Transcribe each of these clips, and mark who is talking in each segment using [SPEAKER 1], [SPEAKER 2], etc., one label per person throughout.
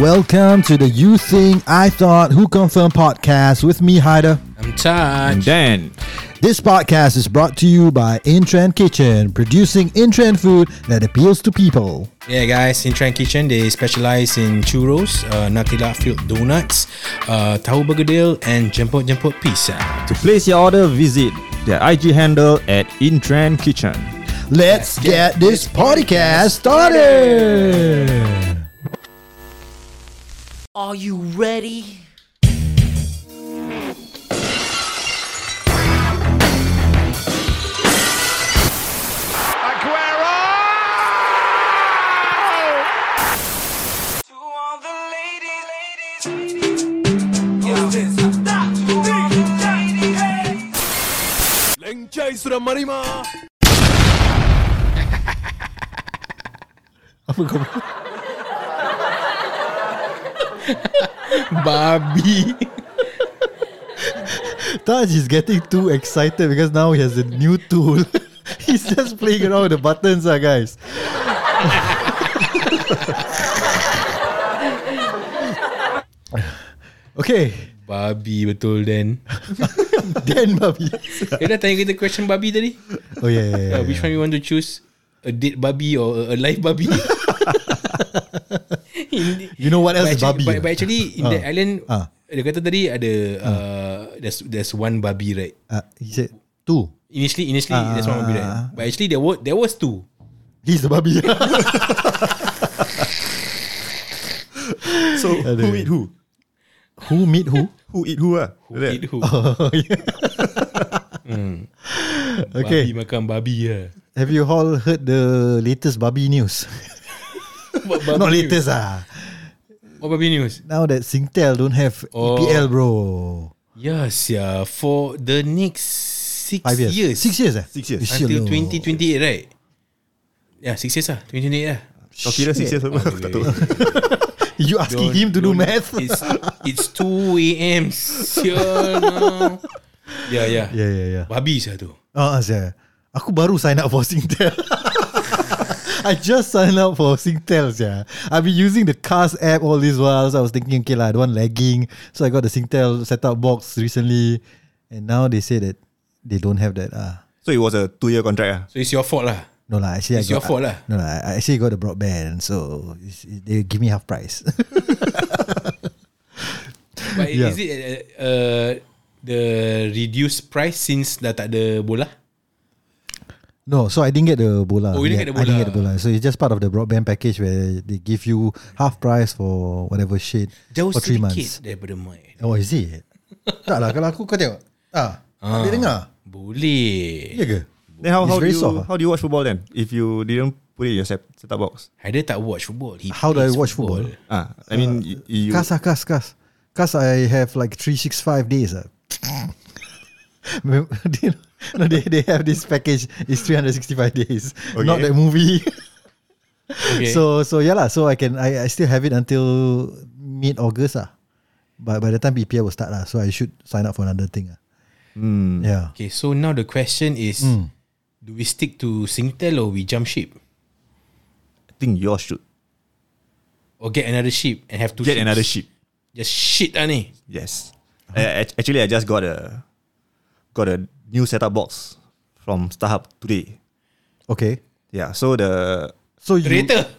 [SPEAKER 1] Welcome to the You Think I Thought Who Confirmed podcast with me, Haida.
[SPEAKER 2] I'm tired.
[SPEAKER 3] Dan,
[SPEAKER 1] This podcast is brought to you by In Trend Kitchen, producing in trend food that appeals to people.
[SPEAKER 2] Yeah, guys, in Trend Kitchen, they specialize in churros, uh, Nutella filled donuts, uh, tahu bergedil, and jemput-jemput pizza.
[SPEAKER 3] to place your order, visit their IG handle at Intrend Kitchen.
[SPEAKER 1] Let's get this podcast started.
[SPEAKER 4] Are you ready?
[SPEAKER 5] To all the ladies, ladies, ladies. Yeah. Stop. To all the ladies, ladies.
[SPEAKER 2] Babi.
[SPEAKER 1] Taj is getting too excited because now he has a new tool. He's just playing around with the buttons, ah, guys. okay,
[SPEAKER 2] Babi betul, Dan.
[SPEAKER 1] Dan Babi.
[SPEAKER 2] Dia dah tanya kita question babi tadi.
[SPEAKER 1] Oh yeah, yeah, yeah,
[SPEAKER 2] Uh, which
[SPEAKER 1] yeah.
[SPEAKER 2] one you want to choose? A dead babi or a, a live babi? In-
[SPEAKER 1] You know what else
[SPEAKER 2] but
[SPEAKER 1] is Babi?
[SPEAKER 2] actually, but, but actually, in the
[SPEAKER 1] Ah.
[SPEAKER 2] island,
[SPEAKER 1] Ah.
[SPEAKER 2] dia kata tadi ada, uh, there's, there's one babi, right?
[SPEAKER 1] Ah, he said two.
[SPEAKER 2] Initially, initially, there's one babi, right?
[SPEAKER 1] Ah.
[SPEAKER 2] But actually, there was, there was two.
[SPEAKER 1] He's the Babi.
[SPEAKER 3] So,
[SPEAKER 1] Aduh.
[SPEAKER 3] who eat who?
[SPEAKER 1] who meet who?
[SPEAKER 3] Who eat who? Ah? Who
[SPEAKER 2] It who?
[SPEAKER 1] Oh, yeah. Okay.
[SPEAKER 2] Babi makan babi lah.
[SPEAKER 1] Have you all heard the latest Babi news?
[SPEAKER 2] Babi
[SPEAKER 1] Not latest ah.
[SPEAKER 2] Oh, babi news.
[SPEAKER 1] Now that Singtel don't have
[SPEAKER 2] Oh.
[SPEAKER 1] EPL, bro.
[SPEAKER 2] Yes, yeah. Ya, For the next six
[SPEAKER 1] Five years.
[SPEAKER 2] years.
[SPEAKER 1] Six years eh?
[SPEAKER 3] Six years.
[SPEAKER 1] Is
[SPEAKER 2] Until
[SPEAKER 1] your-
[SPEAKER 2] 2028, right? Yeah, six years lah. 2028 lah.
[SPEAKER 3] Kau kira six years apa? Aku tak tahu.
[SPEAKER 1] You asking
[SPEAKER 2] Don't-
[SPEAKER 1] him to do
[SPEAKER 2] don't-
[SPEAKER 1] math?
[SPEAKER 2] It's, it's 2 a.m. Sure, no. Yeah, yeah.
[SPEAKER 1] Yeah, yeah, yeah.
[SPEAKER 2] Babi sah tu.
[SPEAKER 1] Ah, uh, saya. Aku baru sign up for Singtel. I just signed up for Singtel, yeah. I've been using the Cars app all this while, so I was thinking, okay, lah, I don't want lagging. So I got the Singtel setup box recently, and now they say that they don't have that. Ah,
[SPEAKER 3] So, it was a two-year contract ah.
[SPEAKER 2] So it's your fault lah.
[SPEAKER 1] no lah. Actually,
[SPEAKER 2] It's
[SPEAKER 1] I got,
[SPEAKER 2] your fault lah.
[SPEAKER 1] No lah. I I actually got the broadband, so it's- it- they give me half price.
[SPEAKER 2] But
[SPEAKER 1] Yeah.
[SPEAKER 2] is it uh, uh, the reduced price since dah tak ada bola?
[SPEAKER 1] No, so I didn't get the bola.
[SPEAKER 2] Oh, you didn't
[SPEAKER 1] Yeah,
[SPEAKER 2] get the
[SPEAKER 1] I didn't
[SPEAKER 2] bola.
[SPEAKER 1] get the bola. So it's just part of the broadband package where they give you half price for whatever shit
[SPEAKER 2] Jauh
[SPEAKER 1] for Oh, three months.
[SPEAKER 2] sedikit daripada mic.
[SPEAKER 1] Oh, is it? tak lah, kalau aku kau tengok. Ah, ah. Dia dengar.
[SPEAKER 2] Boleh.
[SPEAKER 1] Iya ke?
[SPEAKER 3] Then how,
[SPEAKER 1] It's
[SPEAKER 3] how, do
[SPEAKER 1] very
[SPEAKER 3] you,
[SPEAKER 1] soft ah.
[SPEAKER 3] how do you watch football then? If you didn't put it in your set, set-up box?
[SPEAKER 2] Haider tak watch football. He
[SPEAKER 1] How do I
[SPEAKER 2] plays
[SPEAKER 1] watch football?
[SPEAKER 3] Ah, I mean,
[SPEAKER 1] Uh,
[SPEAKER 3] y- you,
[SPEAKER 1] Kas lah, kas, kas. Kas, I have like 365 days. Ah. Mem- they- no, they, they have this package. It's 365 days. Not
[SPEAKER 3] Okay.
[SPEAKER 1] that movie.
[SPEAKER 2] Okay.
[SPEAKER 1] So so yeah lah. So I can I, I still have it until mid August ah. But by the time EPL will start lah, so I should sign up for another thing ah. Yeah.
[SPEAKER 2] Okay, so now the question is,
[SPEAKER 1] Hmm.
[SPEAKER 2] do we stick to Singtel or we jump ship
[SPEAKER 3] think yours should
[SPEAKER 2] or get another ship and have two?
[SPEAKER 3] get
[SPEAKER 2] ships?
[SPEAKER 3] another ship.
[SPEAKER 2] Just shit lah ni.
[SPEAKER 3] Yes. I- I- actually, I just got a got a new setup box from StarHub today.
[SPEAKER 1] Okay.
[SPEAKER 3] Yeah, so the
[SPEAKER 1] So you
[SPEAKER 2] Traitor.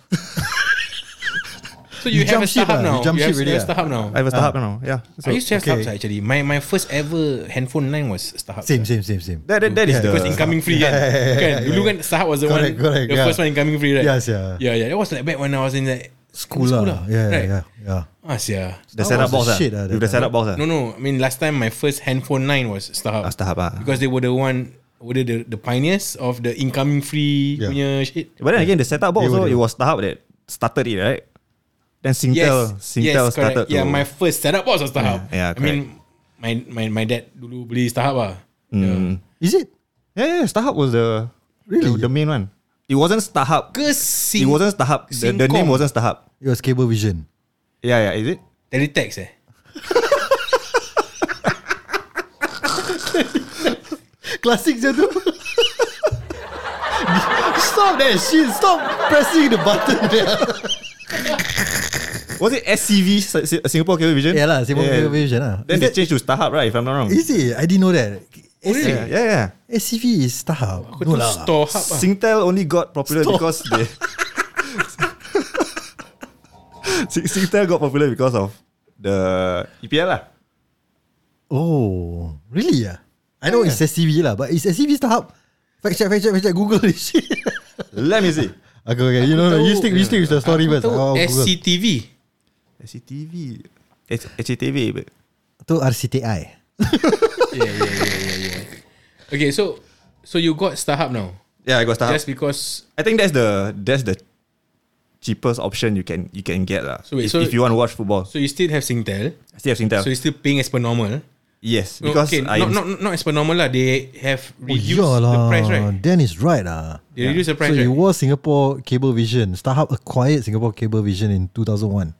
[SPEAKER 2] so you,
[SPEAKER 1] You
[SPEAKER 2] have
[SPEAKER 1] jump
[SPEAKER 2] a
[SPEAKER 1] ship
[SPEAKER 2] StarHub
[SPEAKER 1] lah.
[SPEAKER 2] now.
[SPEAKER 1] You jump
[SPEAKER 2] have,
[SPEAKER 1] ship already
[SPEAKER 2] have
[SPEAKER 1] ah.
[SPEAKER 2] StarHub now.
[SPEAKER 3] I have a StarHub now. Yeah, so
[SPEAKER 2] I used to have
[SPEAKER 1] Okay.
[SPEAKER 2] StarHub sah, actually. My my first ever handphone line was StarHub.
[SPEAKER 1] same same same same.
[SPEAKER 3] that, that, that is
[SPEAKER 2] Because
[SPEAKER 3] the
[SPEAKER 2] incoming free kan. kan? Dulu kan StarHub was the
[SPEAKER 1] Correct,
[SPEAKER 2] one,
[SPEAKER 1] correct,
[SPEAKER 2] the
[SPEAKER 1] yeah.
[SPEAKER 2] first one incoming free right?
[SPEAKER 1] Yes, yeah.
[SPEAKER 2] Yeah, yeah. That was like back when I was in like
[SPEAKER 1] School lah. Yeah,
[SPEAKER 2] right?
[SPEAKER 1] yeah, yeah.
[SPEAKER 2] Ah, sia.
[SPEAKER 1] That
[SPEAKER 3] the setup
[SPEAKER 1] was the
[SPEAKER 3] box ah.
[SPEAKER 1] shit ah, that
[SPEAKER 3] with the setup box ah.
[SPEAKER 2] No, no. I mean, last time my first handphone line was StarHub.
[SPEAKER 3] Ah, StarHub ah.
[SPEAKER 2] Because they were the one Were they the, the pioneers Of the incoming free
[SPEAKER 1] Yeah.
[SPEAKER 2] Punya shit
[SPEAKER 3] But then again, the setup
[SPEAKER 1] They
[SPEAKER 3] box
[SPEAKER 1] were-
[SPEAKER 3] also
[SPEAKER 1] they
[SPEAKER 3] it was StarHub that started it, right? Then Singtel, Singtel
[SPEAKER 2] yes,
[SPEAKER 3] started.
[SPEAKER 2] correct. Yeah
[SPEAKER 3] to-
[SPEAKER 2] my first setup box was Starhub
[SPEAKER 3] Yeah, yeah,
[SPEAKER 2] I mean my, my my dad dulu beli Starhub lah
[SPEAKER 3] Mm.
[SPEAKER 1] Is it?
[SPEAKER 3] yeah, yeah, StarHub was the
[SPEAKER 1] Really?
[SPEAKER 3] the, the main one. It wasn't StarHub.
[SPEAKER 2] Ke Sing
[SPEAKER 3] It wasn't StarHub. The, the
[SPEAKER 2] Singcom.
[SPEAKER 3] name wasn't StarHub.
[SPEAKER 1] It was Cable Vision.
[SPEAKER 3] Yeah, yeah, is it?
[SPEAKER 2] Teletext eh
[SPEAKER 1] Classic je tu. stop that shit. Stop pressing the button there.
[SPEAKER 3] Was it SCV S- S- Singapore Cable Vision?
[SPEAKER 1] Yeah lah, Singapore Cable Vision lah.
[SPEAKER 3] Then
[SPEAKER 1] Is
[SPEAKER 3] they
[SPEAKER 1] that-
[SPEAKER 3] changed to StarHub, right? If I'm not wrong.
[SPEAKER 1] Is it? I didn't know that. S-
[SPEAKER 3] Yeah, yeah, yeah.
[SPEAKER 1] SCV is Starhub.
[SPEAKER 2] Aku
[SPEAKER 1] No
[SPEAKER 2] tu
[SPEAKER 1] lah.
[SPEAKER 2] store hub lah.
[SPEAKER 3] Singtel only got popular because they. Sing- Singtel got popular because of the EPL lah.
[SPEAKER 1] Oh, really? Yeah. I know it's SCV lah, but it's SCV Starhub. Fact check, fact check, fact check. Google this shit.
[SPEAKER 3] Let me see.
[SPEAKER 1] okay, okay. You know,
[SPEAKER 2] tahu-
[SPEAKER 1] you stick, you stick with the story first.
[SPEAKER 2] Tahu
[SPEAKER 1] I'll Google.
[SPEAKER 2] SCTV.
[SPEAKER 3] SCTV. H- HCTV. but-
[SPEAKER 1] Tu RCTI.
[SPEAKER 2] yeah, yeah, yeah, yeah, yeah. Okay, so so you got StarHub now
[SPEAKER 3] Yeah, I got
[SPEAKER 1] Ah.
[SPEAKER 3] StarHub.
[SPEAKER 2] just because
[SPEAKER 3] I think that's the that's the cheapest option you can you can get lah.
[SPEAKER 2] So wait,
[SPEAKER 3] if,
[SPEAKER 2] so-
[SPEAKER 3] if you want to watch football,
[SPEAKER 2] so you still have Singtel,
[SPEAKER 3] I still have Singtel.
[SPEAKER 2] so you still paying as per normal.
[SPEAKER 3] yes,
[SPEAKER 2] No,
[SPEAKER 3] because
[SPEAKER 2] okay,
[SPEAKER 3] I
[SPEAKER 2] not, not not as per normal lah. They have reduced
[SPEAKER 1] Oh, yeah
[SPEAKER 2] the
[SPEAKER 1] lah.
[SPEAKER 2] price, right?
[SPEAKER 1] Dan is right ah.
[SPEAKER 2] They reduced the price,
[SPEAKER 1] so it
[SPEAKER 2] right?
[SPEAKER 1] was Singapore Cable Vision. Starhub acquired Singapore Cable Vision in 2001.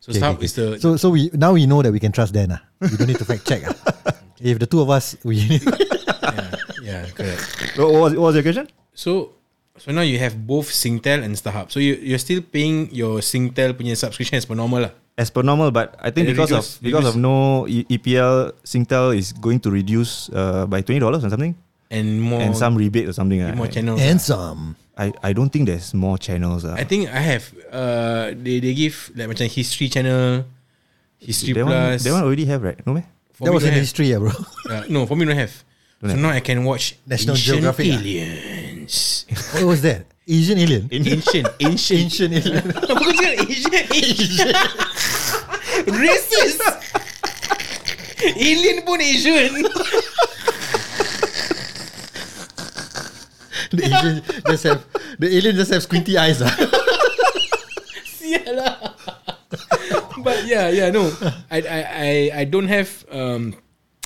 [SPEAKER 2] So StarHub is the
[SPEAKER 1] So so we now we know that we can trust Dan ah. We don't need to fact check ah. If the two of us we
[SPEAKER 2] yeah correct.
[SPEAKER 3] what, was, what was your question?
[SPEAKER 2] So so now you have both Singtel and StarHub. So you you're still paying your Singtel punya subscription as per normal lah.
[SPEAKER 3] As per normal, but I
[SPEAKER 2] They
[SPEAKER 3] think because
[SPEAKER 2] reduce-
[SPEAKER 3] of because of
[SPEAKER 2] reduce.
[SPEAKER 3] no E- EPL, Singtel is going to reduce uh, by twenty dollars or something,
[SPEAKER 2] And more
[SPEAKER 3] and some rebate or something. ah.
[SPEAKER 2] Oh, more channels.
[SPEAKER 1] and
[SPEAKER 2] lah.
[SPEAKER 1] some.
[SPEAKER 3] I, I don't think there's more channels. ah.
[SPEAKER 2] I think I have uh they they give like macam history channel, history
[SPEAKER 3] that one,
[SPEAKER 2] plus.
[SPEAKER 3] that one already have right? No meh?
[SPEAKER 2] For
[SPEAKER 1] That
[SPEAKER 2] me
[SPEAKER 1] was
[SPEAKER 2] don't
[SPEAKER 1] in
[SPEAKER 2] have.
[SPEAKER 1] history, yeah, bro.
[SPEAKER 2] Uh, no, for me don't have. so now I can watch
[SPEAKER 1] National
[SPEAKER 2] Ancient
[SPEAKER 1] Geographic, ah?
[SPEAKER 2] Aliens.
[SPEAKER 1] what was that? Asian alien.
[SPEAKER 2] Ancient, ancient.
[SPEAKER 1] Asian alien.
[SPEAKER 2] Apa kau cakap Asian? Asian. Racist. Alien pun Asian.
[SPEAKER 1] the Asian just have the alien just have squinty eyes ah.
[SPEAKER 2] Sial lah. But yeah, yeah, no. I I I, I don't have um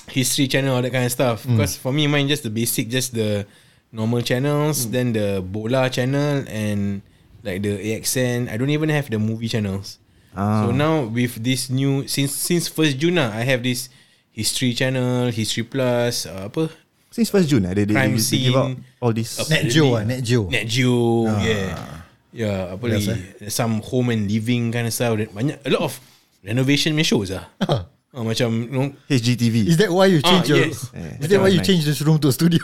[SPEAKER 2] history channel or that kind of stuff because for me mine just the basic just the normal channels then the bola channel and like the AXN I don't even have the movie channels so now with this new since since first June lah, I have this history channel history plus uh, apa
[SPEAKER 3] Since first June, ah, they, they, they,
[SPEAKER 2] Crime
[SPEAKER 3] they give out
[SPEAKER 2] scene.
[SPEAKER 3] all these.
[SPEAKER 2] Up-
[SPEAKER 1] Nat Geo ah, Nat Geo. Ah.
[SPEAKER 2] Nat Geo yeah yeah apa lagi
[SPEAKER 1] eh?
[SPEAKER 2] some home and living kind of stuff banyak a lot of renovation punya shows lah Ah, macam you know,
[SPEAKER 1] Is
[SPEAKER 3] HGTV.
[SPEAKER 1] that why you change
[SPEAKER 2] Ah,
[SPEAKER 1] your
[SPEAKER 2] yes.
[SPEAKER 3] Yeah,
[SPEAKER 1] Is
[SPEAKER 3] that
[SPEAKER 1] that why
[SPEAKER 3] was
[SPEAKER 1] you
[SPEAKER 3] nice.
[SPEAKER 1] change this room to a studio?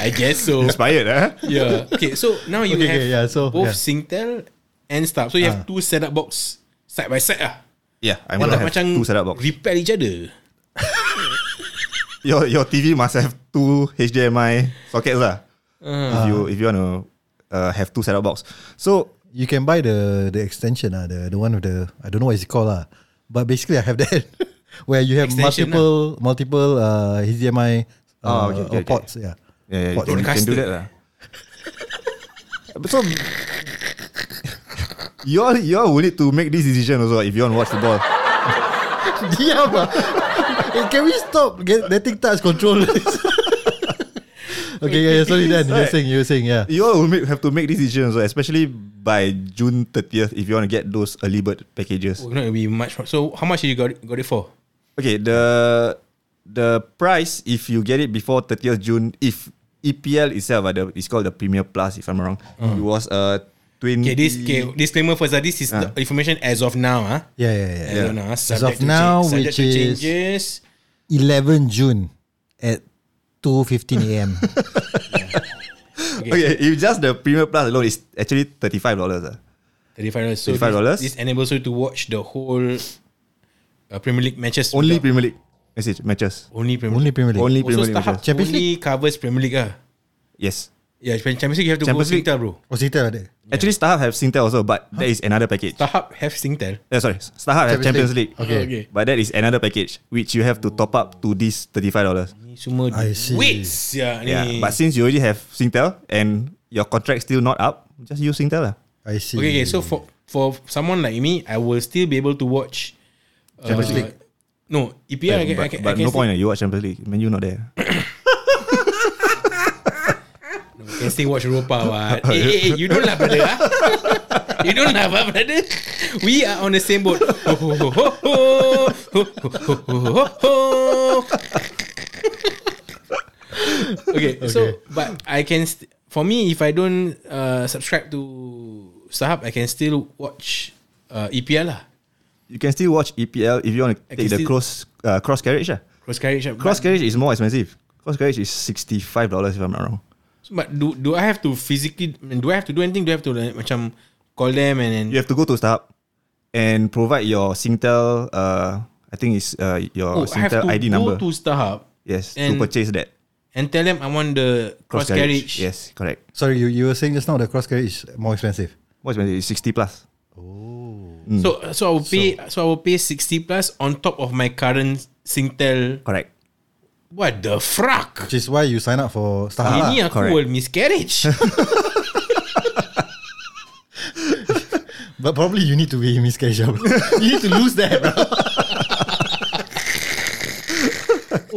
[SPEAKER 2] I guess so
[SPEAKER 3] Inspired, ah. huh?
[SPEAKER 2] yeah. Okay, so now you
[SPEAKER 1] Okay,
[SPEAKER 2] have
[SPEAKER 1] okay, yeah, so,
[SPEAKER 2] both
[SPEAKER 1] yeah. Ah.
[SPEAKER 2] Singtel and stuff. So you have two setup box side by side lah.
[SPEAKER 3] Yeah, I'm
[SPEAKER 2] One
[SPEAKER 3] gonna
[SPEAKER 2] like
[SPEAKER 3] have
[SPEAKER 2] macam
[SPEAKER 3] two setup box.
[SPEAKER 2] repair each other.
[SPEAKER 3] Your your TV must have two HDMI sockets lah. If you if you want to uh, have two setup box, so
[SPEAKER 1] you can buy the the extension ah, the the one with the I don't know what it's called ah. But basically, I have that where you have
[SPEAKER 2] Extension
[SPEAKER 1] multiple multiple uh, HDMI uh,
[SPEAKER 3] Oh, ah. okay, okay, okay.
[SPEAKER 1] ports. Yeah.
[SPEAKER 3] yeah, yeah, you,
[SPEAKER 1] What,
[SPEAKER 3] can, you can do
[SPEAKER 2] broadcaster?
[SPEAKER 3] that lah. But so you all you all will need to make this decision also if you want to watch football.
[SPEAKER 1] Diam ah. Eh, Can we stop get, letting touch control? okay, yeah, yeah, sorry Dan. You're
[SPEAKER 3] Right.
[SPEAKER 1] saying, you're saying, yeah.
[SPEAKER 3] You all will make, have to make this decision also, especially by June thirtieth if you want to get those early bird packages.
[SPEAKER 2] Oh, not gonna be much. more. So how much you got got it for?
[SPEAKER 3] Okay, the the price if you get it before 30th June, if EPL itself, uh, the, it's called the Premier Plus, if I'm wrong. It was uh, 20.
[SPEAKER 2] Mm. Okay, this okay,
[SPEAKER 1] Mm-hmm.
[SPEAKER 2] disclaimer first. ah. This is the information as of now. Ah,
[SPEAKER 1] Yeah, yeah, yeah.
[SPEAKER 2] As of now, ah.
[SPEAKER 1] As
[SPEAKER 2] Subject
[SPEAKER 1] of
[SPEAKER 2] to
[SPEAKER 1] now,
[SPEAKER 2] change- subject
[SPEAKER 1] which
[SPEAKER 2] to
[SPEAKER 1] is
[SPEAKER 2] changes.
[SPEAKER 1] 11 June at 2.15 a.m.
[SPEAKER 3] Okay, if just the Premier Plus alone is actually $35. Uh.
[SPEAKER 2] Thirty-five dollars. So
[SPEAKER 3] $35?
[SPEAKER 2] This, this enables you to watch the whole uh, Premier League matches.
[SPEAKER 3] Only
[SPEAKER 2] without-
[SPEAKER 3] Premier League message matches.
[SPEAKER 2] only Premier
[SPEAKER 1] Only
[SPEAKER 2] League.
[SPEAKER 1] Premier League.
[SPEAKER 3] Only
[SPEAKER 2] Also,
[SPEAKER 3] Premier League
[SPEAKER 2] StarHub
[SPEAKER 3] matches.
[SPEAKER 1] Champions
[SPEAKER 2] only covers Premier League. Ah,
[SPEAKER 3] Yes.
[SPEAKER 2] yeah, Champions League you have to
[SPEAKER 3] Champions
[SPEAKER 2] go
[SPEAKER 3] League-
[SPEAKER 2] Singtel, bro.
[SPEAKER 1] Oh, Singtel ada.
[SPEAKER 3] Actually, StarHub have Singtel also, but that is another package.
[SPEAKER 2] Tahap have Singtel.
[SPEAKER 3] Uh, sorry, StarHub have Champions
[SPEAKER 1] Champions
[SPEAKER 3] League.
[SPEAKER 1] League.
[SPEAKER 2] Okay. Okay.
[SPEAKER 3] But that is another package which you have to top up to this $35.
[SPEAKER 2] Ni semua
[SPEAKER 1] I see.
[SPEAKER 2] duit sia ni.
[SPEAKER 3] Yeah. But since you already have Singtel and your contract still not up, just use Singtel. lah.
[SPEAKER 1] I see.
[SPEAKER 2] okay, okay, so for for someone like me, I will still be able to watch uh,
[SPEAKER 3] Champions League.
[SPEAKER 2] No, EPL I can, I
[SPEAKER 3] but
[SPEAKER 2] can,
[SPEAKER 3] but
[SPEAKER 2] I can
[SPEAKER 3] no
[SPEAKER 2] still,
[SPEAKER 3] point. eh, You watch Champions League. Man, you not there.
[SPEAKER 2] I can still watch Europa.
[SPEAKER 3] Oh,
[SPEAKER 2] What? hey, hey, hey, you don't lah brother. ah. you don't lah ah, brother. We are on the same boat. Ho, ho, ho, ho, ho. Ho, ho, ho, ho, ho. okay, so but I can st- for me if I don't uh, subscribe to Starhub, I can still watch uh, EPL lah.
[SPEAKER 3] You can still watch EPL if you want to
[SPEAKER 2] I
[SPEAKER 3] take
[SPEAKER 2] can
[SPEAKER 3] the
[SPEAKER 2] still-
[SPEAKER 3] cross uh, cross carriage. Yeah.
[SPEAKER 2] Cross carriage. lah.
[SPEAKER 3] Cross
[SPEAKER 2] but,
[SPEAKER 3] carriage is more expensive. Cross carriage is sixty five dollars if I'm not wrong.
[SPEAKER 2] but do do I have to physically? I mean, Do I have to do anything? Do I have to like, macam call them and then?
[SPEAKER 3] You have to go to Starhub and provide your Singtel. Uh, I think it's uh, your
[SPEAKER 2] oh, I have
[SPEAKER 3] Singtel
[SPEAKER 2] to
[SPEAKER 3] ID
[SPEAKER 2] go
[SPEAKER 3] number.
[SPEAKER 2] to Starhub
[SPEAKER 3] yes, to
[SPEAKER 2] and-
[SPEAKER 3] purchase that
[SPEAKER 2] and tell them I want the cross, carriage.
[SPEAKER 3] Yes, correct.
[SPEAKER 1] Sorry, you, you were saying just now the cross carriage is more expensive.
[SPEAKER 3] What's expensive? It's sixty plus.
[SPEAKER 2] So
[SPEAKER 3] Mm.
[SPEAKER 2] so I will pay so, I will pay sixty plus on top of my current Singtel.
[SPEAKER 3] Correct.
[SPEAKER 2] What the fuck?
[SPEAKER 1] Which is why you sign up for Starhub. lah.
[SPEAKER 2] Ini aku
[SPEAKER 3] Ah, correct.
[SPEAKER 2] will miscarriage.
[SPEAKER 1] But probably you need to be miscarriage. bro. you need to lose that, bro.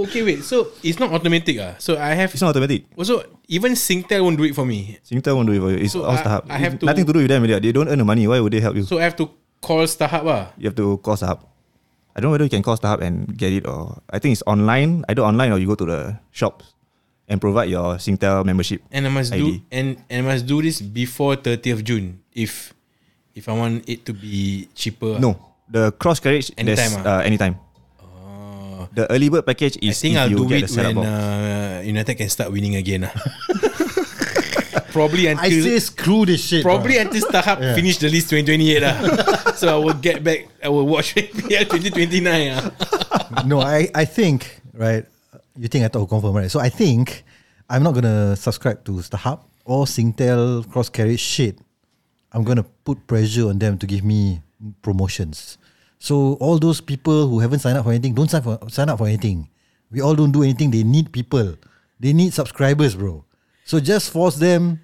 [SPEAKER 2] okay, wait. So it's not automatic, ah. So I have
[SPEAKER 3] It's not automatic.
[SPEAKER 2] also even Singtel won't do it for me.
[SPEAKER 3] Singtel won't do it for you. It's
[SPEAKER 2] So
[SPEAKER 3] all
[SPEAKER 2] I-
[SPEAKER 3] Starhub.
[SPEAKER 2] I have
[SPEAKER 3] It's
[SPEAKER 2] to-
[SPEAKER 3] nothing to do with them. really. They don't earn the money. Why would they help you?
[SPEAKER 2] So I have to call Starhub, ah.
[SPEAKER 3] you have to call Starhub. I don't know whether you can call Starhub and get it or I think it's online. Either online or you go to the shops and provide your Singtel membership.
[SPEAKER 2] And I must do
[SPEAKER 3] ID.
[SPEAKER 2] and, and I must do this before 30th June if if I want it to be cheaper. ah.
[SPEAKER 3] No, the cross carriage
[SPEAKER 2] Anytime, ah.
[SPEAKER 3] there's
[SPEAKER 2] Oh.
[SPEAKER 3] uh, anytime. The early bird package
[SPEAKER 2] I
[SPEAKER 3] is
[SPEAKER 2] think
[SPEAKER 3] if
[SPEAKER 2] I'll
[SPEAKER 3] you
[SPEAKER 2] do
[SPEAKER 3] get
[SPEAKER 2] it
[SPEAKER 3] the setup
[SPEAKER 2] when
[SPEAKER 3] box.
[SPEAKER 2] uh, United can start winning again. ah. probably
[SPEAKER 1] I say
[SPEAKER 2] until
[SPEAKER 1] screw this shit. bro.
[SPEAKER 2] probably until Starhub finish the list 2028 lah. so I will get back I will watch APL 2029 ah.
[SPEAKER 1] no, I, I think, right? You think I thought confirm, right? So I think I'm not gonna subscribe to Starhub or Singtel cross carriage shit. I'm gonna put pressure on them to give me promotions. So all those people who haven't signed up for anything, don't sign for sign up for anything. We all don't do anything. They need people. They need subscribers, bro. So just force them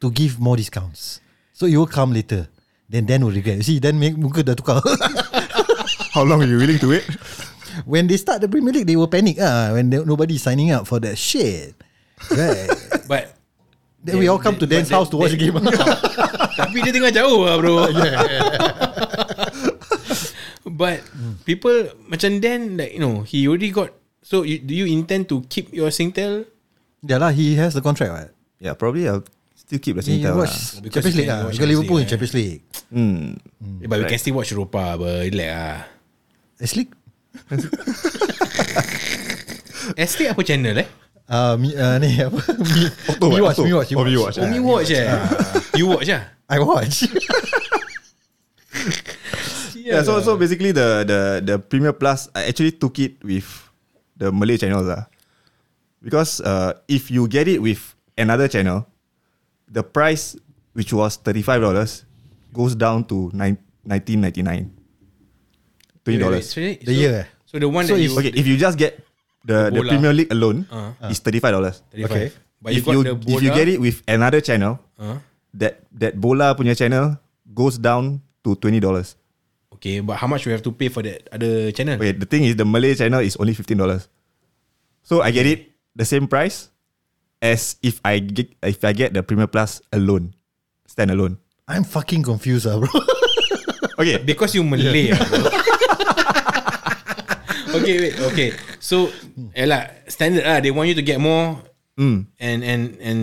[SPEAKER 1] to give more discounts. So it will come later. Then then will regret. You see, then make muka dah tukar.
[SPEAKER 3] How long are you willing to wait?
[SPEAKER 1] when they start the Premier League, they will panic ah when there, nobody is signing up for that shit. Right.
[SPEAKER 2] But
[SPEAKER 1] then we all come to Dan's
[SPEAKER 2] But
[SPEAKER 1] house to watch the game.
[SPEAKER 2] Tapi dia tengah jauh lah bro But People Macam Dan like, You know He already got So you, do you intend to keep your Singtel?
[SPEAKER 1] yeah lah, he has the contract right.
[SPEAKER 3] Yeah, probably I'll still keep the
[SPEAKER 1] He
[SPEAKER 3] Singtel.
[SPEAKER 1] watch
[SPEAKER 3] lah.
[SPEAKER 2] Because
[SPEAKER 1] Champions
[SPEAKER 2] he
[SPEAKER 1] League
[SPEAKER 2] can
[SPEAKER 1] ah.
[SPEAKER 2] watch
[SPEAKER 1] Because
[SPEAKER 2] Champions
[SPEAKER 1] Liverpool in
[SPEAKER 2] League,
[SPEAKER 1] Champions League.
[SPEAKER 2] Eh, But we can still watch Europa but Relax lah
[SPEAKER 1] It's league.
[SPEAKER 2] Estate apa channel eh?
[SPEAKER 1] Uh, me, uh, ni apa? Me, me watch, me watch, me Ah, watch.
[SPEAKER 2] Oh, me watch eh? you watch lah
[SPEAKER 1] I watch.
[SPEAKER 3] Yeah, so so basically the the the Premier Plus, I actually took it with the Malay channels lah. Because uh, if you get it with another channel, the price which was thirty five dollars goes down to nine, 19.99 twenty dollars.
[SPEAKER 2] Wait, wait, wait.
[SPEAKER 1] The
[SPEAKER 2] so,
[SPEAKER 1] year eh?
[SPEAKER 2] So the one
[SPEAKER 1] So
[SPEAKER 2] that
[SPEAKER 1] if-
[SPEAKER 2] you
[SPEAKER 3] Okay, if you just get the the
[SPEAKER 2] bola.
[SPEAKER 3] Premier League alone, is thirty five dollars.
[SPEAKER 2] 35.
[SPEAKER 1] okay.
[SPEAKER 2] But
[SPEAKER 3] if
[SPEAKER 2] you got the
[SPEAKER 3] you if you
[SPEAKER 2] Bola,
[SPEAKER 3] get it with another channel,
[SPEAKER 2] huh?
[SPEAKER 3] that that bola punya channel goes down to twenty dollars.
[SPEAKER 2] Okay but how much you have to pay For that other channel?
[SPEAKER 3] Okay, the thing is the Malay channel is only fifteen dollars. So I get it the same price as if I get if I get the Premier Plus alone, standalone.
[SPEAKER 1] I'm fucking confused, ah, bro.
[SPEAKER 3] Okay,
[SPEAKER 2] Because you Malay ah, bro. Okay wait Okay So eh lah, Standard lah They want you to get more
[SPEAKER 1] Hmm.
[SPEAKER 3] mm,
[SPEAKER 2] And and and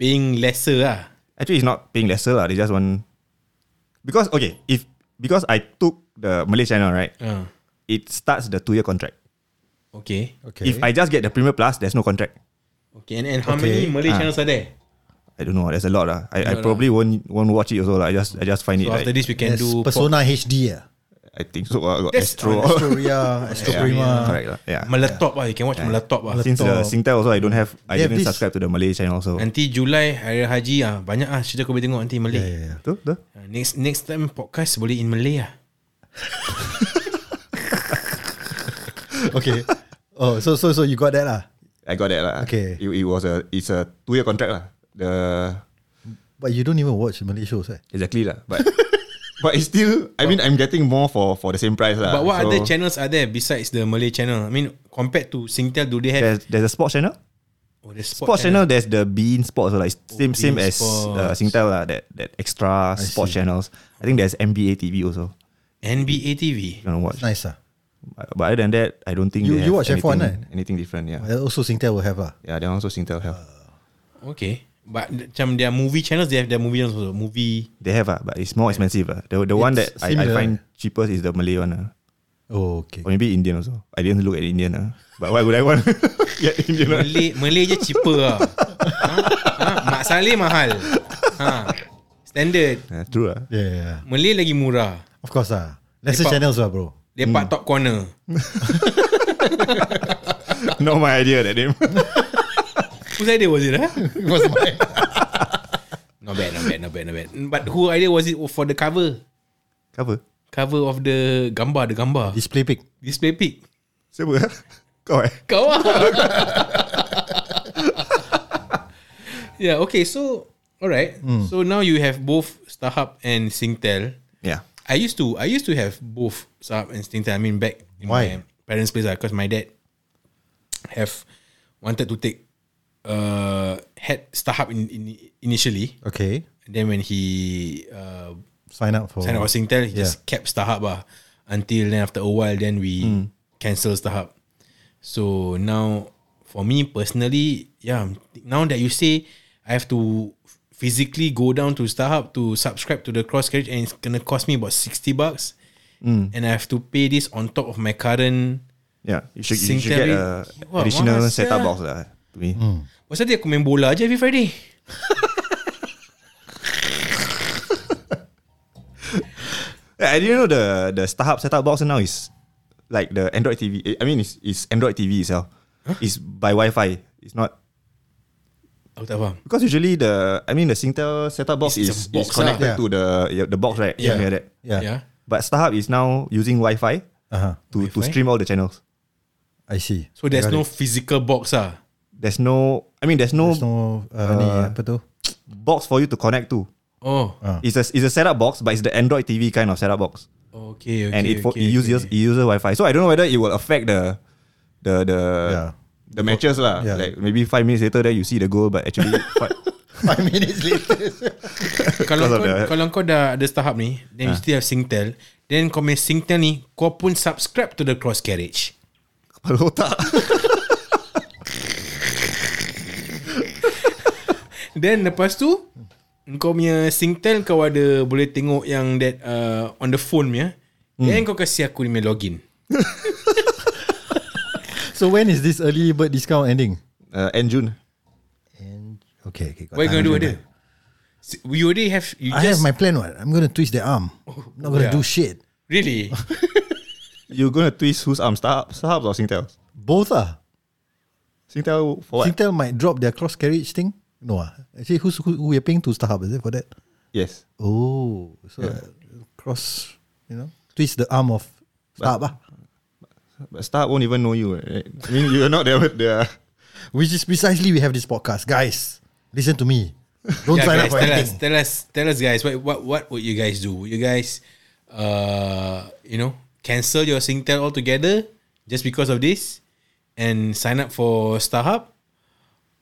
[SPEAKER 2] Paying lesser lah
[SPEAKER 3] actually it's not paying lesser lah. They just want because okay if because I took the Malay channel right,
[SPEAKER 2] uh,
[SPEAKER 3] it starts the two year contract.
[SPEAKER 2] Okay
[SPEAKER 1] Okay.
[SPEAKER 3] If I just get the Premier Plus, there's no contract.
[SPEAKER 2] Okay and, and how
[SPEAKER 1] Okay.
[SPEAKER 2] many Malay
[SPEAKER 3] Ah.
[SPEAKER 2] channels are there?
[SPEAKER 3] I don't know. There's a lot lah. I, I
[SPEAKER 2] lot lah.
[SPEAKER 3] probably won't won't watch it also lah. I just I just find
[SPEAKER 2] So
[SPEAKER 3] it
[SPEAKER 2] after
[SPEAKER 3] like,
[SPEAKER 2] this we can
[SPEAKER 1] There's
[SPEAKER 2] do pop-
[SPEAKER 1] Persona HD ah.
[SPEAKER 3] I think so. Uh, got
[SPEAKER 2] That's-
[SPEAKER 3] Astro.
[SPEAKER 1] Astoria, Astro
[SPEAKER 3] yeah,
[SPEAKER 1] Prima.
[SPEAKER 3] correct lah. Yeah.
[SPEAKER 2] Meletop lah You can watch Meletop lah
[SPEAKER 3] Since
[SPEAKER 1] Top.
[SPEAKER 3] the Singtel also I don't have
[SPEAKER 1] They
[SPEAKER 3] I
[SPEAKER 1] have
[SPEAKER 3] didn't
[SPEAKER 1] this-
[SPEAKER 3] subscribe to the Malay channel also.
[SPEAKER 2] Nanti Julai Hari Raya Haji ah Banyak ah cerita kau boleh tengok nanti Malay
[SPEAKER 1] Yeah, yeah, yeah.
[SPEAKER 3] Tu tu.
[SPEAKER 2] Ah, Next next time podcast boleh in Malay ah
[SPEAKER 1] Okay. Oh, so so so you got that lah.
[SPEAKER 3] I got that lah.
[SPEAKER 1] Okay.
[SPEAKER 3] It, it was a it's a two year contract lah. The
[SPEAKER 1] But you don't even watch Malay shows, eh?
[SPEAKER 3] exactly lah. But but it's still I mean I'm getting more for for the same price lah.
[SPEAKER 2] But what
[SPEAKER 3] So,
[SPEAKER 2] other channels are there Besides the Malay channel I mean compared to Singtel Do they have
[SPEAKER 3] There's, there's a sports channel.
[SPEAKER 2] oh, the
[SPEAKER 3] Sports channel. There's the Bean Sports lah. It's
[SPEAKER 2] Bein
[SPEAKER 3] same same as uh,
[SPEAKER 2] Sports.
[SPEAKER 3] Singtel lah. That that extra sports channels. I think there's NBA TV also.
[SPEAKER 2] NBA TV.
[SPEAKER 3] You wanna watch?
[SPEAKER 1] It's nice ah.
[SPEAKER 3] But other than that, I don't think
[SPEAKER 1] You-
[SPEAKER 3] they
[SPEAKER 1] you
[SPEAKER 3] have
[SPEAKER 1] watch F1,
[SPEAKER 3] anything,
[SPEAKER 1] right? Oh,
[SPEAKER 3] anything different. Yeah,
[SPEAKER 1] Also Singtel will have ah.
[SPEAKER 3] yeah. They also Singtel have.
[SPEAKER 2] Okay. But macam their movie channels, they have their movie channels also. Movie.
[SPEAKER 3] They have ah, but it's more expensive ah. The the one that
[SPEAKER 1] It's
[SPEAKER 3] I, I
[SPEAKER 1] similar.
[SPEAKER 3] find cheapest is the Malay one ah.
[SPEAKER 1] Oh, okay.
[SPEAKER 3] Or maybe Indian also. I didn't look at Indian ah. But why would I want get Indian one?
[SPEAKER 2] Malay, Malay je cheaper lah. ha? ha? Mak Saleh mahal. Ha? Standard.
[SPEAKER 3] Ah, true ah.
[SPEAKER 1] Yeah, yeah, yeah.
[SPEAKER 2] Malay lagi murah.
[SPEAKER 1] Of course ah. Lesser
[SPEAKER 2] Lepak.
[SPEAKER 1] channels lah, bro.
[SPEAKER 2] Lepak top corner.
[SPEAKER 3] Not my idea that name.
[SPEAKER 2] Whose idea was it? Huh?
[SPEAKER 1] It was mine.
[SPEAKER 2] Not bad, not bad, not bad, not bad. But who idea was it for the cover?
[SPEAKER 3] Cover.
[SPEAKER 2] Cover of the gambar, the gambar.
[SPEAKER 1] Display pic.
[SPEAKER 2] Display pic.
[SPEAKER 3] Siapa? ah? Kau eh?
[SPEAKER 2] Kau lah. yeah, okay, so alright. So now you have both Starhub and Singtel.
[SPEAKER 3] Yeah.
[SPEAKER 2] I used to I used to have both Starhub and Singtel. I mean back in
[SPEAKER 1] Why?
[SPEAKER 2] my parents' place because my dad have wanted to take uh had Starhub in, in initially.
[SPEAKER 1] Okay.
[SPEAKER 2] And then when he uh
[SPEAKER 1] Sign up for.
[SPEAKER 2] signed up
[SPEAKER 3] Uh-huh.
[SPEAKER 2] for Singtel, he just kept Starhub ah until then after a while then we
[SPEAKER 3] Hmm.
[SPEAKER 2] cancel Starhub. So now for me personally, yeah, now that you say I have to physically go down to Starhub to subscribe to the cross carriage and it's gonna cost me about 60 bucks.
[SPEAKER 3] Hmm.
[SPEAKER 2] And I have to pay this on top of my current
[SPEAKER 3] Yeah. You should, you should
[SPEAKER 2] Singtel-
[SPEAKER 3] get a
[SPEAKER 2] Wah,
[SPEAKER 3] additional
[SPEAKER 2] mahal sia.
[SPEAKER 3] set-up box lah. To me.
[SPEAKER 2] Pasal dia aku main bola je every Friday
[SPEAKER 3] Yeah, I didn't know the the StarHub setup box now is like the Android TV. I mean, it's, it's Android TV itself. It's by Wi-Fi. It's not
[SPEAKER 2] Aku tak faham
[SPEAKER 3] because usually the I mean the Singtel setup box
[SPEAKER 2] It's-
[SPEAKER 3] is,
[SPEAKER 2] it's a
[SPEAKER 3] is
[SPEAKER 2] box ah.
[SPEAKER 3] connected
[SPEAKER 1] lah.
[SPEAKER 3] to the yeah, the box right
[SPEAKER 2] Yeah.
[SPEAKER 3] something like that.
[SPEAKER 1] Yeah.
[SPEAKER 2] Yeah
[SPEAKER 3] But StarHub is now using Wi-Fi
[SPEAKER 1] Uh huh.
[SPEAKER 3] to to
[SPEAKER 2] Wi-Fi?
[SPEAKER 3] stream all the channels.
[SPEAKER 1] I see.
[SPEAKER 2] So there's
[SPEAKER 1] Got
[SPEAKER 2] no
[SPEAKER 1] it.
[SPEAKER 2] physical box ah.
[SPEAKER 3] There's no I mean there's no,
[SPEAKER 1] There's no uh, ni apa tu?
[SPEAKER 3] box for you to connect to.
[SPEAKER 2] Oh,
[SPEAKER 1] Ah.
[SPEAKER 3] It's a it's a setup box, but it's the Android TV kind of setup box.
[SPEAKER 2] okay, okay.
[SPEAKER 3] and it, fo-
[SPEAKER 2] okay,
[SPEAKER 3] it uses
[SPEAKER 2] okay.
[SPEAKER 3] it uses Wi-Fi. So I don't know whether it will affect the the the
[SPEAKER 1] Yeah.
[SPEAKER 3] the matches lah.
[SPEAKER 1] Yeah.
[SPEAKER 3] Like maybe five minutes later, then you see the goal, but actually fi-
[SPEAKER 1] Five minutes later.
[SPEAKER 2] Kalau
[SPEAKER 3] because of
[SPEAKER 2] kau,
[SPEAKER 3] the-
[SPEAKER 2] kalau kau dah ada Starhub ni,
[SPEAKER 1] Ha.
[SPEAKER 2] then you still have Singtel, then kau main Singtel ni, kau pun subscribe to the cross carriage.
[SPEAKER 3] kepala otak.
[SPEAKER 2] Then lepas tu, kau punya Singtel kau ada boleh tengok yang that uh, on the phone punya.
[SPEAKER 1] Hmm.
[SPEAKER 2] Then kau kasi aku ni punya login.
[SPEAKER 1] so when is this early bird discount ending?
[SPEAKER 3] Uh, end June.
[SPEAKER 1] And okay, okay. got
[SPEAKER 2] What you
[SPEAKER 1] time
[SPEAKER 2] gonna do
[SPEAKER 1] to
[SPEAKER 2] with it? You already have you
[SPEAKER 1] I
[SPEAKER 2] just Oh,
[SPEAKER 1] have my plan. What? I'm gonna twist their arm. not gonna
[SPEAKER 2] yeah.
[SPEAKER 1] do shit.
[SPEAKER 2] really
[SPEAKER 3] You're gonna twist whose arm? Starhub, Starhub or Singtel?
[SPEAKER 1] Both ah.
[SPEAKER 3] Singtel for what?
[SPEAKER 1] Singtel might drop their cross carriage thing. No ah. Actually, who's who, who we're paying to Starhub is it for that?
[SPEAKER 3] yes.
[SPEAKER 1] Oh, so uh, cross, you know, twist the arm of Starhub ah.
[SPEAKER 3] But Starhub won't even know you. Right? I mean, you're not there. there.
[SPEAKER 1] Which is precisely we have this podcast, guys. Listen to me. Don't sign up
[SPEAKER 2] guys,
[SPEAKER 1] for
[SPEAKER 2] tell us,
[SPEAKER 1] anything.
[SPEAKER 2] tell us, tell us, guys. What what what would you guys do? Would you guys, uh, you know, cancel your Singtel altogether just because of this, and sign up for StarHub,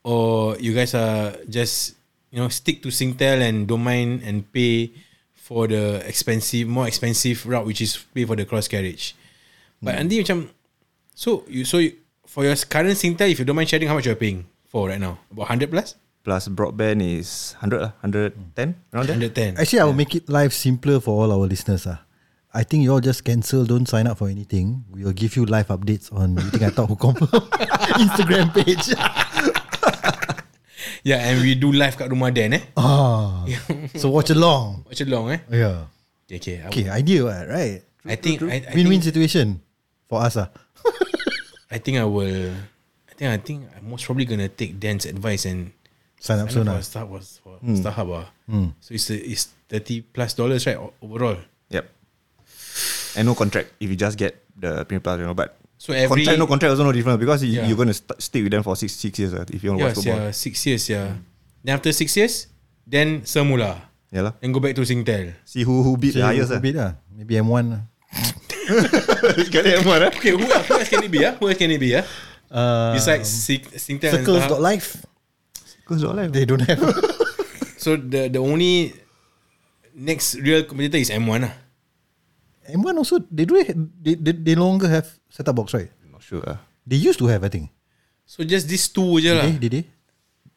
[SPEAKER 2] or you guys are just you know stick to Singtel and don't mind and pay for the expensive, more expensive route, which is pay for the cross carriage. But nanti macam so you so you, for your current Singtel, if you don't mind sharing, how much you're paying for right now? About hundred plus.
[SPEAKER 3] Plus broadband is 100 lah, 110 around there.
[SPEAKER 2] 110.
[SPEAKER 1] Actually, I will make it life simpler for all our listeners. Ah. I think you all just cancel, don't sign up for anything. We will give you live updates on you think I thought who confirm Instagram page.
[SPEAKER 2] Yeah, and we do live kat rumah Dan eh.
[SPEAKER 1] ah, so watch along.
[SPEAKER 2] Watch along eh.
[SPEAKER 1] Yeah.
[SPEAKER 2] Okay, okay. I,
[SPEAKER 1] Okay, idea, ah, right?
[SPEAKER 2] I think I, I
[SPEAKER 1] Win-win
[SPEAKER 2] think,
[SPEAKER 1] situation for us. Ah.
[SPEAKER 2] I think I will. I think I think I'm most probably gonna take Dan's advice and
[SPEAKER 1] Sign up soon.
[SPEAKER 2] sign
[SPEAKER 1] ah.
[SPEAKER 2] up
[SPEAKER 1] Hmm.
[SPEAKER 2] for Star was for Starhub ah. So it's a, it's thirty plus dollars right o- overall.
[SPEAKER 3] Yep. And no contract if you just get the premium plus, you know. But
[SPEAKER 2] So every-
[SPEAKER 3] contract, no contract also no different because you,
[SPEAKER 2] Yeah.
[SPEAKER 3] you're gonna st- stick with them for six six years uh, if you want to
[SPEAKER 2] Yeah,
[SPEAKER 3] watch football.
[SPEAKER 2] yeah, six years yeah. Then after six years, then semula
[SPEAKER 3] Yeah lah.
[SPEAKER 2] and go back to Singtel.
[SPEAKER 3] See who who beat
[SPEAKER 1] So
[SPEAKER 3] the highest
[SPEAKER 1] a
[SPEAKER 3] eh. lah.
[SPEAKER 1] bit, ah. Maybe M1. ah.
[SPEAKER 3] Sekali M1 lah.
[SPEAKER 2] Okay, who, who else can it be? Ah, who else can it be? Ah,
[SPEAKER 1] Uh,
[SPEAKER 2] besides Sing- Singtel and
[SPEAKER 1] Circles
[SPEAKER 2] Starhub.
[SPEAKER 1] dot life.
[SPEAKER 3] Cause all life.
[SPEAKER 1] They don't have.
[SPEAKER 2] So the the only next real competitor is M1 ah.
[SPEAKER 1] M1 also, they do they, they, they no longer have set-up box, right?
[SPEAKER 3] Not sure eh. lah.
[SPEAKER 1] They used to have, I think.
[SPEAKER 2] So just these two je lah.
[SPEAKER 1] Did they? Did they?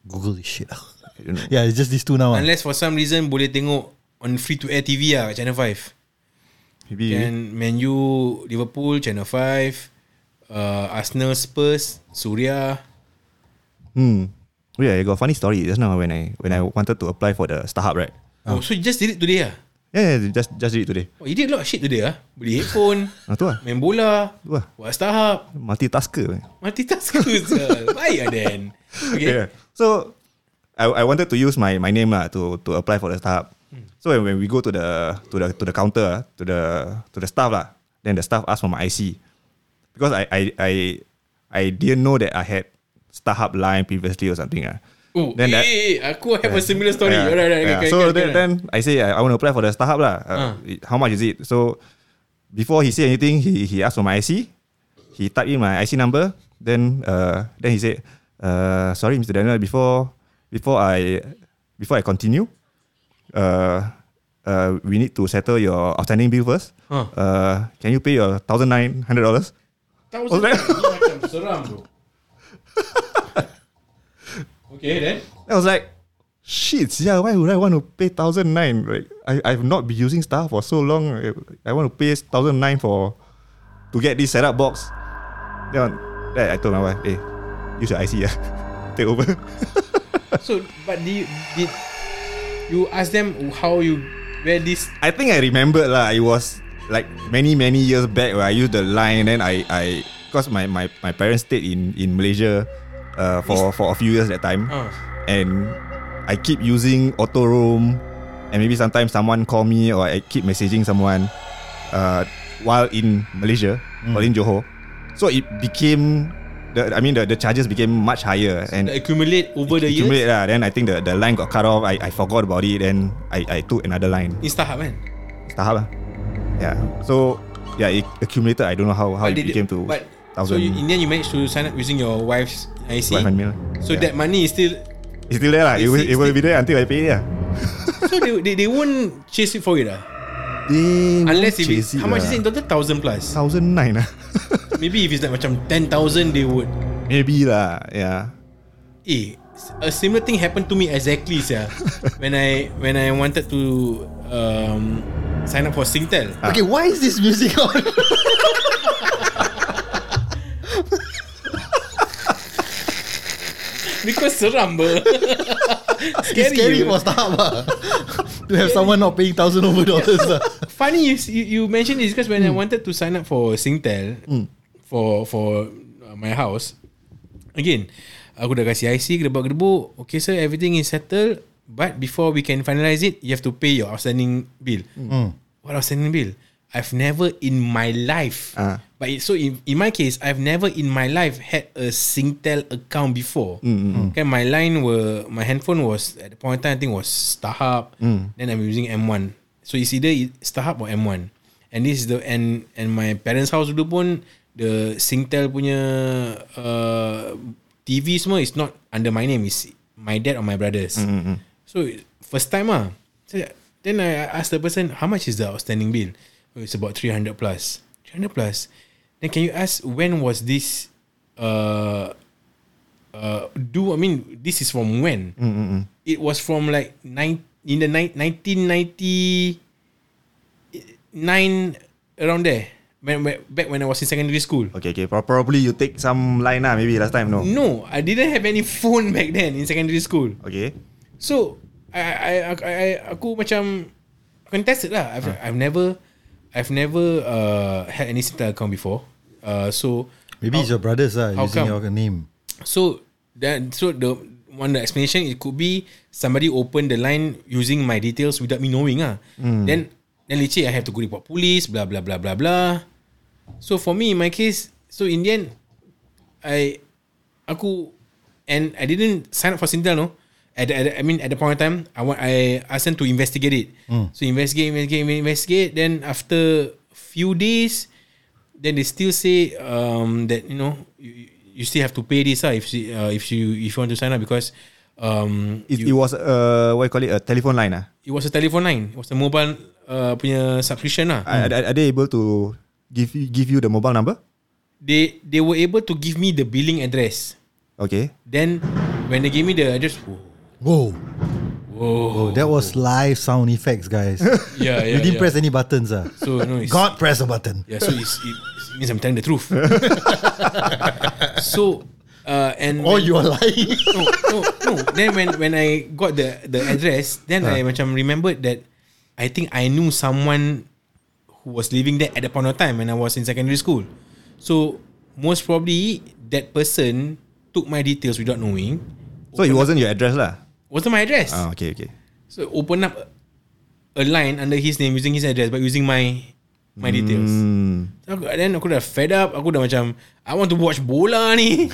[SPEAKER 1] Google this shit.
[SPEAKER 3] I don't know.
[SPEAKER 1] Yeah, it's just these two now. ah.
[SPEAKER 2] Unless for some reason boleh tengok on free to air TV lah kat Channel 5.
[SPEAKER 3] Maybe
[SPEAKER 2] Then Man U, Liverpool, Channel 5, uh, Arsenal, Spurs, Suria.
[SPEAKER 3] Hmm. Oh yeah, I got a funny story just now when I when I wanted to apply for the StarHub, right?
[SPEAKER 2] Oh, so you just did it today ah?
[SPEAKER 3] Yeah, yeah just just did it today.
[SPEAKER 2] Oh, you did a lot of shit today ah. Beli headphone,
[SPEAKER 3] Ah, tu lah.
[SPEAKER 2] main bola,
[SPEAKER 3] Wah.
[SPEAKER 2] buat startup,
[SPEAKER 3] Multitasker. eh. man.
[SPEAKER 2] multitasker. sir. Baik ah then. Okay.
[SPEAKER 3] Yeah. So I, I wanted to use my, my name lah to, to apply for the startup. So when, when we go to the to the to the counter ah, to the to the staff lah, then the staff asked for my IC because I I I, I didn't know that I had StarHub line previously or something ah.
[SPEAKER 2] Oh,
[SPEAKER 3] Then
[SPEAKER 2] eh,
[SPEAKER 3] that-
[SPEAKER 2] eh, eh, aku have a similar story.
[SPEAKER 3] Yeah,
[SPEAKER 2] Alright, alright,
[SPEAKER 3] yeah.
[SPEAKER 2] okay,
[SPEAKER 3] so
[SPEAKER 2] okay, okay.
[SPEAKER 3] then,
[SPEAKER 2] Ah.
[SPEAKER 3] then I say I, I want to apply for the StarHub lah. Uh, it- How much is it? So before he say anything, he he asked for my IC. He typed in my IC number. Then uh, then he said, uh, "Sorry, Mr. Daniel. Before before I before I continue, uh, uh, we need to settle your outstanding bill first.
[SPEAKER 2] Huh.
[SPEAKER 3] Uh, can you pay your thousand nine hundred dollars?"
[SPEAKER 2] Thousand
[SPEAKER 3] Oh, then-
[SPEAKER 2] macam seram bro. okay then.
[SPEAKER 3] I was like, shit, yeah, why would I want to pay thousand nine? Like I, I've not been using Star for so long. I, I want to pay thousand nine for to get this setup box. Then, then I told my wife, hey, use your IC, yeah. Take over.
[SPEAKER 2] So, but did you, did you ask them how you where this?
[SPEAKER 3] I think I remembered lah. It was like many many years back where I used the line. Then I I because my, my, my parents stayed in in Malaysia uh, for for a few years that time,
[SPEAKER 2] Ah.
[SPEAKER 3] and I keep using auto roam, and maybe sometimes someone call me or I keep messaging someone, uh, while in Malaysia
[SPEAKER 2] Hmm.
[SPEAKER 3] or in Johor, so it became. The, I mean the, the charges became much higher and
[SPEAKER 2] The accumulate over the years.
[SPEAKER 3] accumulate lah. Then I think the, the line got cut off. I, I forgot about it. Then I, I took another line.
[SPEAKER 2] Instahub kan?
[SPEAKER 3] Tahap lah. Yeah. So yeah, it accumulated. I don't know how how
[SPEAKER 2] But
[SPEAKER 3] it
[SPEAKER 2] did
[SPEAKER 3] became to
[SPEAKER 2] but so
[SPEAKER 3] thousand
[SPEAKER 2] you, in the end you managed to sign up using your wife's IC.
[SPEAKER 3] five hundred million.
[SPEAKER 2] So
[SPEAKER 3] yeah.
[SPEAKER 2] that money is still
[SPEAKER 3] it's still there lah.
[SPEAKER 2] it's-
[SPEAKER 3] It will
[SPEAKER 2] it's
[SPEAKER 3] it will be there until I pay it lah.
[SPEAKER 2] so they, they, they won't chase it for it ah.
[SPEAKER 3] They
[SPEAKER 2] Unless if
[SPEAKER 3] won't
[SPEAKER 2] it's,
[SPEAKER 3] chase
[SPEAKER 2] how much is
[SPEAKER 3] lah.
[SPEAKER 2] it in total thousand plus?
[SPEAKER 3] Thousand nine lah.
[SPEAKER 2] Maybe if it's like macam ten thousand they would.
[SPEAKER 3] Maybe lah. Yeah.
[SPEAKER 2] Eh, a similar thing happened to me exactly, sir. when I when I wanted to um, sign up for Singtel.
[SPEAKER 1] Okay, why is this music on?
[SPEAKER 2] Because seram ber.
[SPEAKER 1] it's
[SPEAKER 2] scary.
[SPEAKER 1] scary
[SPEAKER 2] ber.
[SPEAKER 1] for Starhub. ah. to have someone not paying thousand over dollars. ah.
[SPEAKER 2] Funny you, you you mentioned this because when I wanted to sign up for Singtel for for uh, my house again aku dah kasih IC gedebak-gedebuk okay sir everything is settled but before we can finalize it you have to pay your outstanding bill what outstanding bill I've never in my life
[SPEAKER 3] Ah.
[SPEAKER 2] but it, so in, in my case I've never in my life had a Singtel account before okay my line were my handphone was at the point in time I think was Starhub then I'm using M1 so it's either it- Starhub or M1 and this is the and and my parents house dulu pun the Singtel punya uh, TV semua is not under my name is my dad or my brothers so first time ah so, then I I asked the person how much is the outstanding bill oh, it's about 300 plus 300 plus then can you ask when was this uh uh, do I mean this is from when? It was from like nine in the ni- 1999 around there. When, when, back when I was in secondary school.
[SPEAKER 3] Okay, okay. Pro- Probably you take some line lah. Maybe last time no.
[SPEAKER 2] No, I didn't have any phone back then in secondary school.
[SPEAKER 3] Okay.
[SPEAKER 2] So I I, I, I aku macam contested lah. I've, I've never I've never uh, had any Singtel account before. Uh, so
[SPEAKER 1] Maybe it's your brothers ah,
[SPEAKER 2] how
[SPEAKER 1] using
[SPEAKER 2] come?
[SPEAKER 1] your name.
[SPEAKER 2] So that so the one the explanation it could be somebody opened the line using my details without me knowing ah. Then then leceh I have to go report police blah blah blah blah blah. So for me in my case so in the end I aku and I didn't sign up for Singtel no. At the, at the, I mean at the point of time I want I asked them to investigate it. So investigate investigate investigate then after few days then they still say um, that you know you, you still have to pay this ah if you, uh, if you if you want to sign up because um,
[SPEAKER 3] It,
[SPEAKER 2] you-
[SPEAKER 3] it was uh what you call it a telephone line ah.
[SPEAKER 2] it was a telephone line it was a mobile uh, punya subscription lah
[SPEAKER 3] Are, are- are they able to give you give you the mobile number?
[SPEAKER 2] they they were able to give me the billing address
[SPEAKER 3] Okay.
[SPEAKER 2] then when they gave me the address oh,
[SPEAKER 1] Whoa.
[SPEAKER 2] Whoa.
[SPEAKER 1] That was live sound effects, guys.
[SPEAKER 2] Yeah, yeah.
[SPEAKER 1] you didn't
[SPEAKER 2] yeah.
[SPEAKER 1] press any buttons, ah.
[SPEAKER 2] So no, it's,
[SPEAKER 1] God press a button.
[SPEAKER 2] Yeah, so it's, it means I'm telling the truth. so, uh, and
[SPEAKER 1] Or Oh, you are lying.
[SPEAKER 2] no, no, no. Then when when I got the the address, then I macam remembered that I think I knew someone who was living there at the point of time when I was in secondary school. So most probably that person took my details without knowing.
[SPEAKER 3] So it wasn't your address lah.
[SPEAKER 2] Wasn't my address.
[SPEAKER 3] Ah, okay, okay.
[SPEAKER 2] So open up a line under his name using his address but using my my details.
[SPEAKER 3] Hmm.
[SPEAKER 2] So, aku- then aku dah fed up, aku dah macam I want to watch bola ni.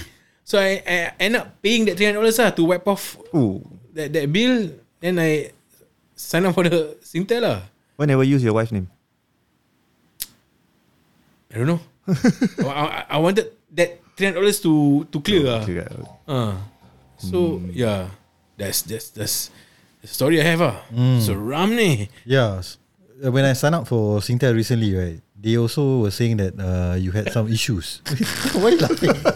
[SPEAKER 2] So I, I end up paying that $300 lah to wipe off
[SPEAKER 3] Ooh.
[SPEAKER 2] that that bill. Then I sign up for the Singtel lah.
[SPEAKER 3] Why never use your wife's name?
[SPEAKER 2] I don't know. I, I, I wanted that $300 to to clear lah.
[SPEAKER 3] Okay, yeah.
[SPEAKER 2] Uh, so
[SPEAKER 3] Hmm.
[SPEAKER 2] yeah, that's that's that's the story I have ah.
[SPEAKER 3] Hmm.
[SPEAKER 2] So Ram ni.
[SPEAKER 1] Yeah. s- uh, When I signed up for Singtel recently, right, they also were saying that uh, you had some issues. Why you laughing?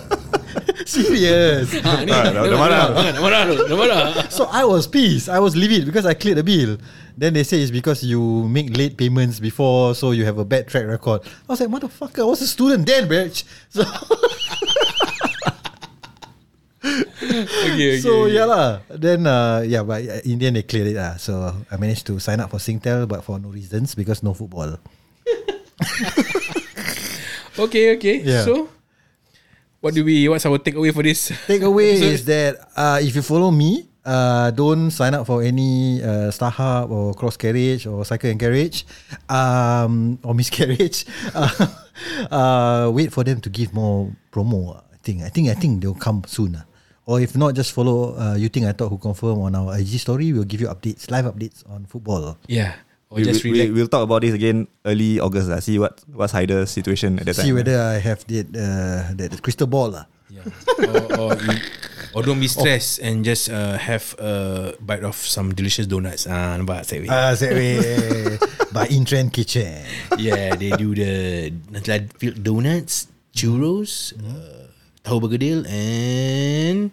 [SPEAKER 1] Serious.
[SPEAKER 2] Ah, ni.
[SPEAKER 3] Ah, dah- dah marah.
[SPEAKER 2] Dah dah marah. tu, Dah marah.
[SPEAKER 1] So I was pissed. I was livid because I cleared the bill. Then they say it's because you make late payments before, so you have a bad track record. I was like, motherfucker, I was a student then, bitch. So,
[SPEAKER 2] Okay, okay,
[SPEAKER 1] so
[SPEAKER 3] ya,
[SPEAKER 2] okay.
[SPEAKER 1] yeah lah. Then uh, yeah, but uh, in the end they cleared it lah. So I managed to sign up for Singtel, but for no reasons because no football.
[SPEAKER 2] Okay, okay.
[SPEAKER 1] Yeah.
[SPEAKER 2] So what do we what's our takeaway for this?
[SPEAKER 1] Takeaway
[SPEAKER 2] So-
[SPEAKER 1] is that uh, if you follow me, uh, don't sign up for any uh, Starhub or Cross Carriage or Cycle and Carriage um, or Miscarriage. uh, uh, wait for them to give more promo. ah, I think. I think. I think they'll come soon. ah. Or if not, just follow. Uh, you think I thought who confirm on our IG story. We'll give you updates, live updates on football.
[SPEAKER 2] Yeah. Or
[SPEAKER 3] We,
[SPEAKER 2] just
[SPEAKER 3] we, we,
[SPEAKER 2] relax.
[SPEAKER 3] we'll talk about this again early August. lah. See what what's Haider's situation at that
[SPEAKER 1] See
[SPEAKER 3] time.
[SPEAKER 1] whether I have that uh, that crystal ball lah.
[SPEAKER 2] Yeah. Or, or, you, or don't be
[SPEAKER 1] Oh.
[SPEAKER 2] stressed and just uh, have a bite of some delicious donuts. Ah, nampak saya. Uh,
[SPEAKER 1] Ah, that way. By In Trend Kitchen.
[SPEAKER 2] yeah, they do the Nutella filled donuts, churros,
[SPEAKER 1] Hmm.
[SPEAKER 2] uh, tahu bergedil and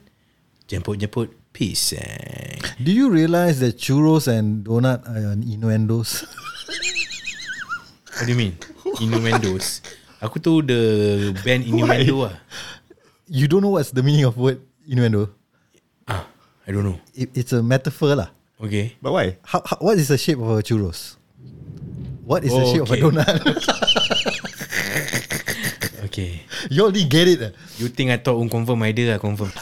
[SPEAKER 2] jemput-jemput Eh. pisang.
[SPEAKER 1] Do you realize that churros and donut are an innuendos?
[SPEAKER 2] What do you mean? Innuendos. Aku tu the band Innuendo lah.
[SPEAKER 1] you don't know what's the meaning of word innuendo.
[SPEAKER 2] Ah, I don't know.
[SPEAKER 1] It, it's a metaphor lah.
[SPEAKER 2] Okay.
[SPEAKER 3] But why?
[SPEAKER 1] How, how, what is the shape of a churros? What is the
[SPEAKER 2] Oh,
[SPEAKER 1] shape
[SPEAKER 2] okay.
[SPEAKER 1] of a donut?
[SPEAKER 2] Okay.
[SPEAKER 1] you already get it. eh?
[SPEAKER 2] You think I thought un confirm idea lah, confirm.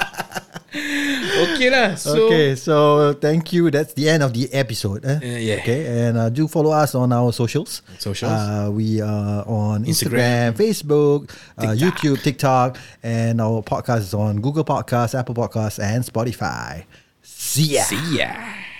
[SPEAKER 2] okay lah. So,
[SPEAKER 1] okay,
[SPEAKER 2] okay.
[SPEAKER 1] so thank you. That's the end of the episode. eh?
[SPEAKER 2] Uh, yeah.
[SPEAKER 1] Okay, and uh, do follow us on our socials.
[SPEAKER 2] Socials.
[SPEAKER 1] Uh, we are on Instagram,
[SPEAKER 2] Instagram.
[SPEAKER 1] Facebook, uh, YouTube, TikTok, and our podcast is on Google Podcasts, Apple Podcasts, and Spotify. See ya.
[SPEAKER 2] see ya.